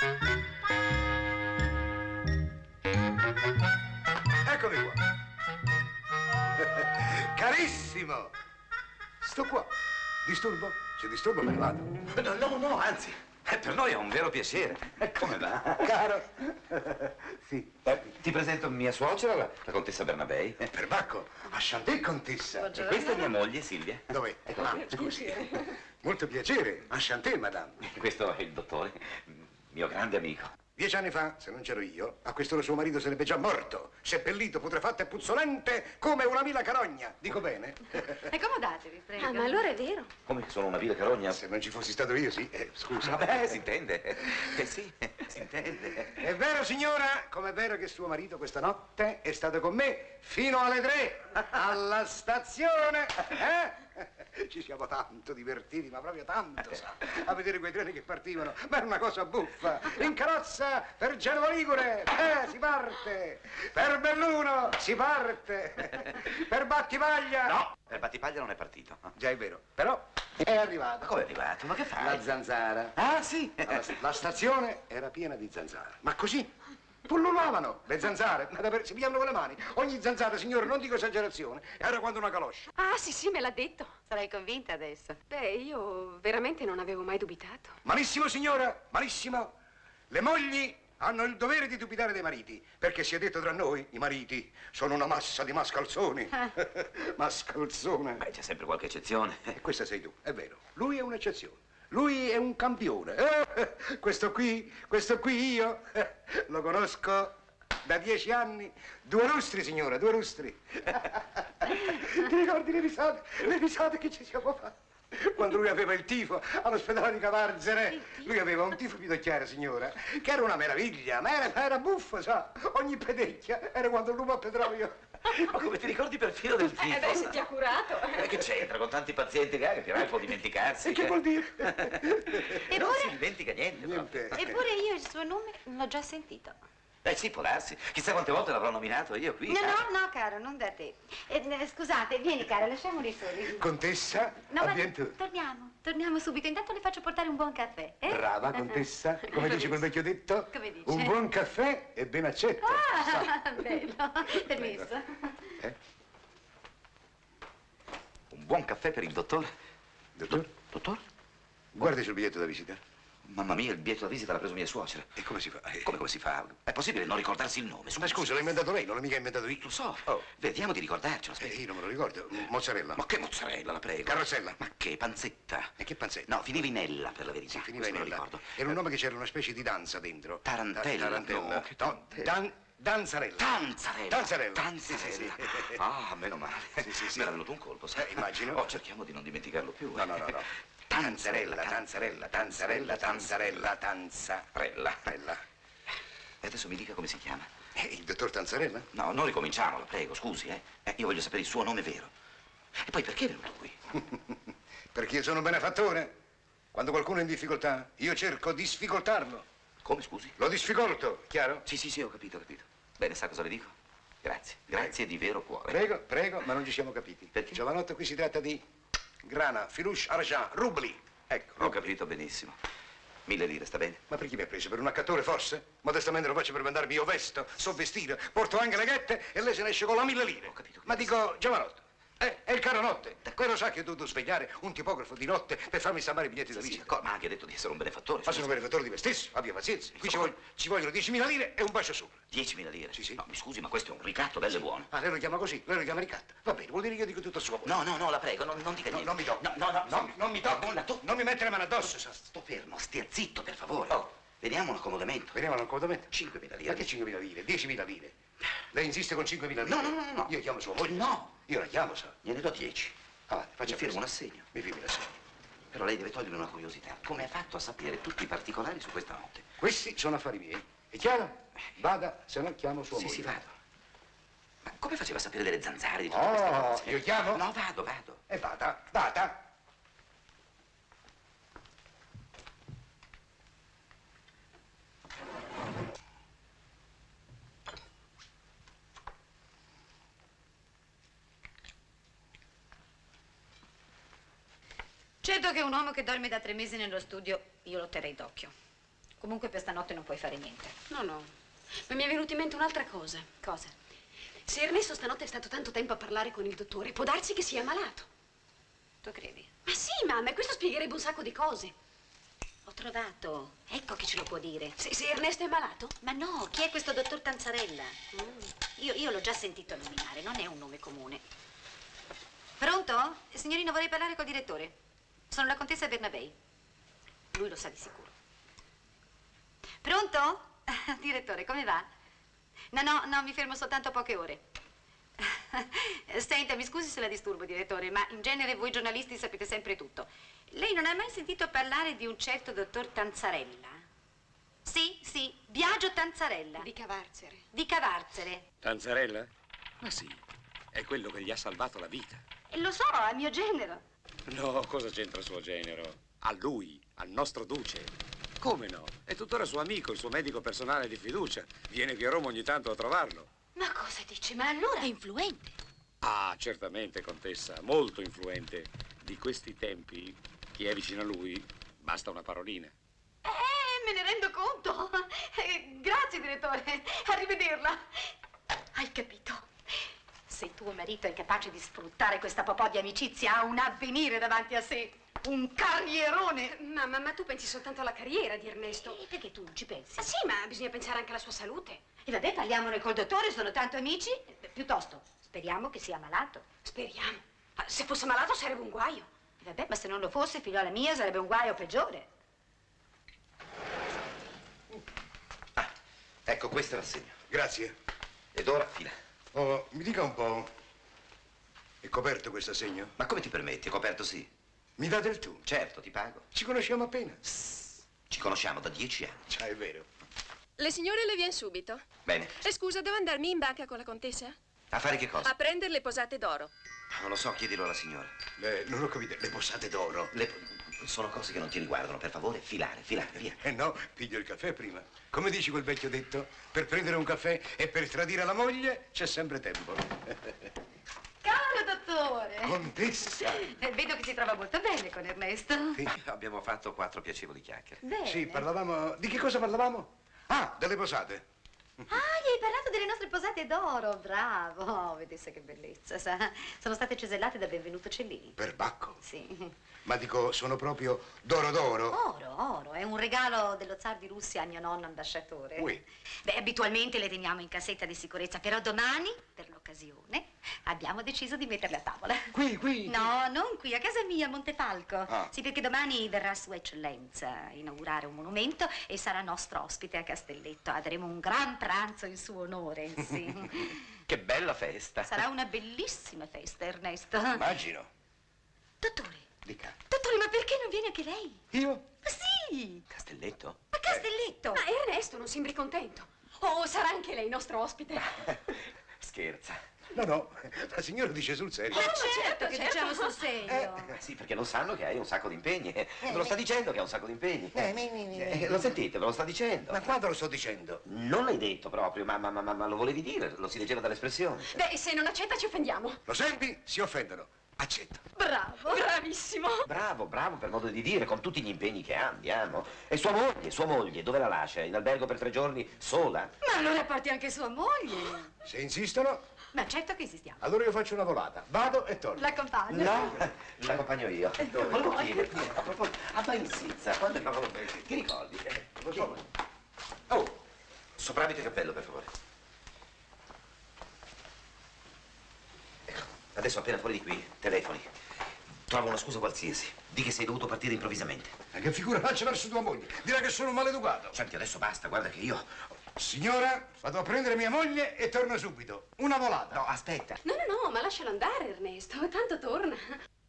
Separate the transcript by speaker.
Speaker 1: Primo, sto qua. Disturbo? Se disturbo me ne vado.
Speaker 2: No, no, no, anzi, eh, per noi è un vero piacere. Eh, Come va?
Speaker 1: Caro. sì.
Speaker 2: Eh, Ti presento mia suocera, la, la contessa Bernabei. Eh,
Speaker 1: Perbacco, a Chanté Contessa.
Speaker 2: E questa è mia moglie, Silvia.
Speaker 1: Dov'è? Ah, scusi. Molto piacere, a Chanté, madame.
Speaker 2: Eh, Questo è il dottore, mio grande amico.
Speaker 1: Dieci anni fa, se non c'ero io, a quest'ora suo marito sarebbe già morto, seppellito, putrefatto e puzzolente come una mila carogna. Dico bene?
Speaker 3: Accomodatevi, prego.
Speaker 4: Ah, ma allora è vero.
Speaker 2: Come che sono una vile carogna?
Speaker 1: se non ci fossi stato io, sì. Eh, scusa.
Speaker 2: Vabbè, si intende. Eh sì, si intende.
Speaker 1: È vero, signora, com'è vero che suo marito questa notte è stato con me fino alle tre alla stazione? Eh? Ci siamo tanto divertiti, ma proprio tanto, sa, a vedere quei treni che partivano. Ma era una cosa buffa. In carrozza per Genova Ligure, eh, si parte. Per Belluno, si parte. Per Battivaglia.
Speaker 2: No, per Battipaglia non è partito. Ma
Speaker 1: Già è vero, però è arrivata.
Speaker 2: come è arrivato? Ma che fai?
Speaker 1: La zanzara.
Speaker 2: Ah, sì.
Speaker 1: La, la stazione era piena di zanzare, ma così pullulavano le zanzare, ma davvero, si pigliavano con le mani. Ogni zanzara, signore, non dico esagerazione, era quanto una caloscia.
Speaker 4: Ah, sì, sì, me l'ha detto.
Speaker 3: Sarai convinta adesso.
Speaker 4: Beh, io veramente non avevo mai dubitato.
Speaker 1: Malissimo, signora, malissimo. Le mogli hanno il dovere di dubitare dei mariti, perché si è detto tra noi, i mariti sono una massa di mascalzoni.
Speaker 2: Eh.
Speaker 1: Mascalzone.
Speaker 2: Beh, c'è sempre qualche eccezione.
Speaker 1: E questa sei tu, è vero. Lui è un'eccezione. Lui è un campione. Eh, questo qui, questo qui io eh, lo conosco da dieci anni. Due lustri, signora, due lustri. Ti ricordi le risate? Le risate che ci siamo fatti? Quando lui aveva il tifo all'ospedale di Cavarzere, lui aveva un tifo pidocchiare, signora, che era una meraviglia, ma era, era buffo, sa. Ogni pedecchia era quando l'uomo a petrolio.
Speaker 2: Ma come ti ricordi perfino del
Speaker 4: Eh, beh, se ti ha
Speaker 2: tifo?
Speaker 4: curato.
Speaker 2: Eh, che c'entra con tanti pazienti che hai, che più può dimenticarsi.
Speaker 1: E che vuol dire?
Speaker 2: Non
Speaker 3: Eppure,
Speaker 2: si dimentica niente, proprio.
Speaker 1: Niente.
Speaker 4: Eh.
Speaker 3: eppure io il suo nome l'ho già sentito.
Speaker 2: Eh sì, può darsi. Chissà quante volte l'avrò nominato io qui.
Speaker 3: No,
Speaker 2: sai.
Speaker 3: no, no, caro, non da te. Eh, eh, scusate, vieni, cara, lasciamoli soli.
Speaker 1: Contessa,
Speaker 3: No, ma
Speaker 1: avviento.
Speaker 3: torniamo, torniamo subito. Intanto le faccio portare un buon caffè. Eh?
Speaker 1: Brava contessa, come dice quel vecchio detto,
Speaker 3: Come dice?
Speaker 1: un buon caffè è ben accetto.
Speaker 3: Ah, bello, permesso.
Speaker 1: eh?
Speaker 2: Un buon caffè per il dottore.
Speaker 1: Dottor,
Speaker 2: Dottore?
Speaker 1: guardi sul biglietto da visita.
Speaker 2: Mamma mia, il biglietto da visita l'ha preso mia suocera.
Speaker 1: E come si fa? Eh,
Speaker 2: Come, come si fa? È possibile non ricordarsi il nome? Su,
Speaker 1: Ma scusa, l'ha inventato lei, non l'ho mica inventato io.
Speaker 2: Lo so.
Speaker 1: Oh.
Speaker 2: Vediamo di ricordarcelo.
Speaker 1: Eh,
Speaker 2: Aspetta.
Speaker 1: io non me lo ricordo. M- Mozzarella.
Speaker 2: Eh, Ma che mozzarella, la prego.
Speaker 1: Carrozzella.
Speaker 2: Ma che panzetta.
Speaker 1: E che panzetta?
Speaker 2: No, finiva in Ella, per la verità.
Speaker 1: Finiva
Speaker 2: Questo
Speaker 1: in
Speaker 2: me
Speaker 1: ella.
Speaker 2: lo
Speaker 1: Eh.
Speaker 2: ricordo. Eh.
Speaker 1: Era un nome che c'era una specie di danza dentro.
Speaker 2: Tarantella,
Speaker 1: Ta- Tarantella.
Speaker 2: no, che
Speaker 1: No, dan- danzarella.
Speaker 2: Tanzarella.
Speaker 1: Tanzarella.
Speaker 2: Tanzarella.
Speaker 1: Sì, sì, sì.
Speaker 2: Ah, meno male.
Speaker 1: Sì, sì, sì.
Speaker 2: Me era venuto un colpo, sai?
Speaker 1: Eh, immagino.
Speaker 2: Oh, cerchiamo di non dimenticarlo più.
Speaker 1: No,
Speaker 2: eh.
Speaker 1: no, no, no.
Speaker 2: Tanzarella,
Speaker 1: Tanzarella, tanzarella, tanzarella, tanzarella, tanza.
Speaker 2: Rella.
Speaker 1: Rella.
Speaker 2: E adesso mi dica come si chiama.
Speaker 1: Eh, il dottor Tanzarella?
Speaker 2: No, non ricominciamo, la prego, scusi, eh. Eh, Io voglio sapere il suo nome vero. E poi perché è venuto qui?
Speaker 1: Perché io sono un benefattore. Quando qualcuno è in difficoltà, io cerco di sficoltarlo.
Speaker 2: Come, scusi?
Speaker 1: Lo disficolto, chiaro?
Speaker 2: Sì, sì, sì, ho capito, ho capito. Bene, sa cosa le dico? Grazie, grazie di vero cuore.
Speaker 1: Prego, prego, ma non ci siamo capiti.
Speaker 2: Perché?
Speaker 1: Giovanotto, qui si tratta di grana, filush, argent, rubli. Ecco,
Speaker 2: Ho
Speaker 1: rubli.
Speaker 2: capito benissimo. Mille lire, sta bene?
Speaker 1: Ma per chi mi ha preso? Per un accattore, forse? Modestamente lo faccio per mandarmi io vesto, so vestire, porto anche le ghette e lei se ne esce con la mille lire.
Speaker 2: Ho capito che-
Speaker 1: Ma dico, Giovanotto, eh, è il caro notte. Quello sa che ho dovuto svegliare un tipografo di notte per farmi stampare i biglietti da
Speaker 2: Sì,
Speaker 1: visita.
Speaker 2: d'accordo, ma ha anche detto di essere un benefattore.
Speaker 1: Ma sono benefattore di me stesso, abbia pazienza. Qui ci, voglio- ci vogliono 10.000 lire e un bacio sopra.
Speaker 2: 10.000 lire?
Speaker 1: Sì, sì.
Speaker 2: No, mi scusi, ma questo è un ricatto bello e buono.
Speaker 1: Ah, lei lo chiama così, lei lo chiama ricatto. Va bene, vuol dire che io dico tutto a suo volta.
Speaker 2: No, no, no, la prego, non, non dica
Speaker 1: No,
Speaker 2: niente.
Speaker 1: non mi tocchi.
Speaker 2: No, no, no,
Speaker 1: non, non mi tocchi.
Speaker 2: Non la tocchi.
Speaker 1: Non mi mettere mano addosso. sa-
Speaker 2: Sto fermo, stia zitto, per favore.
Speaker 1: Oh.
Speaker 2: Vediamo un accomodamento.
Speaker 1: Veniamo all'accomodamento.
Speaker 2: 5.000 lire.
Speaker 1: Ma che 5.000 lire? 10.000 lire. Lei insiste con 5.000 lire?
Speaker 2: No, no, no, no, no.
Speaker 1: Io chiamo sua moglie.
Speaker 2: No.
Speaker 1: Io la chiamo, sa.
Speaker 2: Gliene do 10.
Speaker 1: Avanti, faccia
Speaker 2: Mi firmo
Speaker 1: presto.
Speaker 2: un assegno.
Speaker 1: Mi firmi l'assegno.
Speaker 2: Però lei deve togliermi una curiosità. Come ha fatto a sapere tutti i particolari su questa notte?
Speaker 1: Questi sono affari miei. È chiaro? Vada, se no chiamo sua
Speaker 2: sì,
Speaker 1: moglie.
Speaker 2: sì, vado. Ma come faceva a sapere delle zanzare di tutte queste
Speaker 1: Oh,
Speaker 2: cose?
Speaker 1: io chiamo?
Speaker 2: No, vado, vado.
Speaker 1: E vada, vada.
Speaker 3: Certo che un uomo che dorme da tre mesi nello studio, io lo terrei d'occhio. Comunque per stanotte non puoi fare niente.
Speaker 4: No, no. Ma mi è venuta in mente un'altra cosa.
Speaker 3: Cosa?
Speaker 4: Se Ernesto stanotte è stato tanto tempo a parlare con il dottore, può darsi che sia malato.
Speaker 3: Tu credi?
Speaker 4: Ma sì, mamma, e questo spiegherebbe un sacco di cose.
Speaker 3: Ho trovato. Ecco chi ce lo può dire.
Speaker 4: Se, se Ernesto è malato?
Speaker 3: Ma no, chi è questo dottor Tanzarella? Io, io l'ho già sentito nominare, non è un nome comune. Pronto? Signorino, vorrei parlare col direttore. Sono la contessa Bernabei. Lui lo sa di sicuro. Pronto? Direttore, come va? No, no, no, mi fermo soltanto poche ore. Senta, mi scusi se la disturbo, direttore, ma in genere voi giornalisti sapete sempre tutto. Lei non ha mai sentito parlare di un certo dottor Tanzarella? Sì, sì, Biagio Tanzarella,
Speaker 4: Di
Speaker 3: di,
Speaker 4: cavarcere.
Speaker 3: di Cavarzere.
Speaker 5: Tanzarella? Ma sì, è quello che gli ha salvato la vita.
Speaker 3: E Lo so, è mio genero.
Speaker 5: No, cosa c'entra il suo genero? A lui, al nostro duce. Come no? È tuttora suo amico, il suo medico personale di fiducia. Viene qui a Roma ogni tanto a trovarlo.
Speaker 4: Ma cosa dici? Ma allora è influente.
Speaker 5: Ah, certamente, contessa, molto influente. Di questi tempi, chi è vicino a lui, basta una parolina.
Speaker 4: Eh, me ne rendo conto. Eh, grazie, direttore. Arrivederla.
Speaker 3: Hai capito? Se tuo marito è capace di sfruttare questa popò di amicizia, ha un avvenire davanti a sé. Un carrierone.
Speaker 4: Mamma, ma tu pensi soltanto alla carriera di Ernesto?
Speaker 3: E perché tu non ci pensi?
Speaker 4: Ah, sì, ma bisogna pensare anche alla sua salute.
Speaker 3: E vabbè, parliamone col dottore, sono tanto amici. Eh, Piuttosto, speriamo che sia malato.
Speaker 4: Speriamo. Ah, Se fosse malato sarebbe un guaio.
Speaker 3: E vabbè, ma se non lo fosse, figliola mia, sarebbe un guaio peggiore.
Speaker 2: Ecco, questa la segno.
Speaker 1: Grazie.
Speaker 2: Ed ora fila.
Speaker 1: Oh, mi dica un po'. È coperto questo segno?
Speaker 2: Ma come ti permetti? Coperto sì.
Speaker 1: Mi date il tu?
Speaker 2: Certo, ti pago.
Speaker 1: Ci conosciamo appena.
Speaker 2: Ci conosciamo da dieci anni.
Speaker 1: Cioè, è vero.
Speaker 6: Le signore le viene subito.
Speaker 2: Bene.
Speaker 6: E scusa, devo andarmi in banca con la contessa?
Speaker 2: A fare che cosa?
Speaker 6: A prendere le posate d'oro.
Speaker 2: Non lo so, chiedilo alla signora.
Speaker 1: Le- non ho capito, le posate d'oro.
Speaker 2: Le- sono cose che non ti riguardano, per favore, filare, filare, via.
Speaker 1: Eh no, piglio il caffè prima. Come dici quel vecchio detto? Per prendere un caffè e per tradire la moglie c'è sempre tempo.
Speaker 3: Caro dottore!
Speaker 1: Contessa!
Speaker 3: Eh, Vedo che si trova molto bene con Ernesto.
Speaker 2: Abbiamo fatto quattro piacevoli chiacchiere.
Speaker 3: Bene.
Speaker 1: Sì, parlavamo... Di che cosa parlavamo? Ah, delle posate.
Speaker 3: Ah, gli hai parlato delle nostre posate d'oro, bravo. Oh, vedesse che bellezza, sa. Sono state cesellate da Benvenuto Cellini.
Speaker 1: Perbacco.
Speaker 3: Sì.
Speaker 1: Ma dico, sono proprio d'oro
Speaker 3: Oh.
Speaker 1: d'oro.
Speaker 3: Oro, oro, è un regalo dello zar di Russia a mio nonno ambasciatore.
Speaker 1: Ui.
Speaker 3: Beh, abitualmente le teniamo in cassetta di sicurezza, però domani, per l'occasione, abbiamo deciso di metterle a tavola.
Speaker 1: Qui, qui.
Speaker 3: No, non qui, a casa mia, a Montefalco.
Speaker 1: Ah.
Speaker 3: Sì, perché domani verrà Sua Eccellenza a inaugurare un monumento e sarà nostro ospite a Castelletto. Avremo un gran pranzo in suo onore, sì.
Speaker 2: Che bella festa.
Speaker 3: Sarà una bellissima festa, Ernesto.
Speaker 1: Immagino.
Speaker 3: Dottore,
Speaker 2: Dica,
Speaker 3: dottore, ma perché non viene anche lei?
Speaker 1: Io?
Speaker 3: Ma sì,
Speaker 2: Castelletto?
Speaker 3: ma
Speaker 6: Oh.
Speaker 3: Castelletto.
Speaker 4: Ma Ernesto non sembri contento. Oh, sarà anche lei nostro ospite.
Speaker 2: Scherza.
Speaker 1: No, no, la signora dice sul serio.
Speaker 3: Ma
Speaker 4: certo,
Speaker 3: certo che
Speaker 4: certo.
Speaker 3: diciamo sul serio.
Speaker 1: Eh,
Speaker 2: Ma Ah, sì, perché non sanno che hai un sacco di impegni. Me lo sta dicendo che ha un sacco di impegni.
Speaker 1: Eh, mi- mi- mi-
Speaker 2: Eh, Lo sentite, me lo sta dicendo.
Speaker 1: Ma quando lo sto dicendo?
Speaker 2: Non l'hai detto proprio, ma, ma- ma- ma- ma lo volevi dire, lo si leggeva dall'espressione.
Speaker 4: Beh, se non accetta ci offendiamo.
Speaker 1: Lo senti? Si offendono. Accetto.
Speaker 4: Bravo. Bravissimo.
Speaker 2: Bravo, bravo per modo di dire, con tutti gli impegni che abbiamo. E sua moglie, sua moglie, dove la lascia? In albergo per tre giorni, sola?
Speaker 3: Ma allora porti anche sua moglie.
Speaker 1: Se insistono,
Speaker 3: Ma certo che esistiamo.
Speaker 1: allora io faccio una volata. Vado e torno.
Speaker 3: L'accompagno.
Speaker 2: No, l'accompagno io. Volevo chiederti, eh, a proposito, a Bainzizza, quando eravamo bene, ti ricordi? Eh, Lo so. Oh, sopravvita e cappello, per favore. Ecco, adesso appena fuori di qui, telefoni. Trova una scusa qualsiasi. Di che sei dovuto partire improvvisamente.
Speaker 1: Ma Eh, che figura faccio verso tua moglie? Dirà che sono un maleducato.
Speaker 2: Senti, adesso basta, guarda che io...
Speaker 1: Signora, vado a prendere mia moglie e torno subito. Una volata.
Speaker 2: No, aspetta.
Speaker 4: No, no, no, ma lascialo andare, Ernesto. Tanto torna.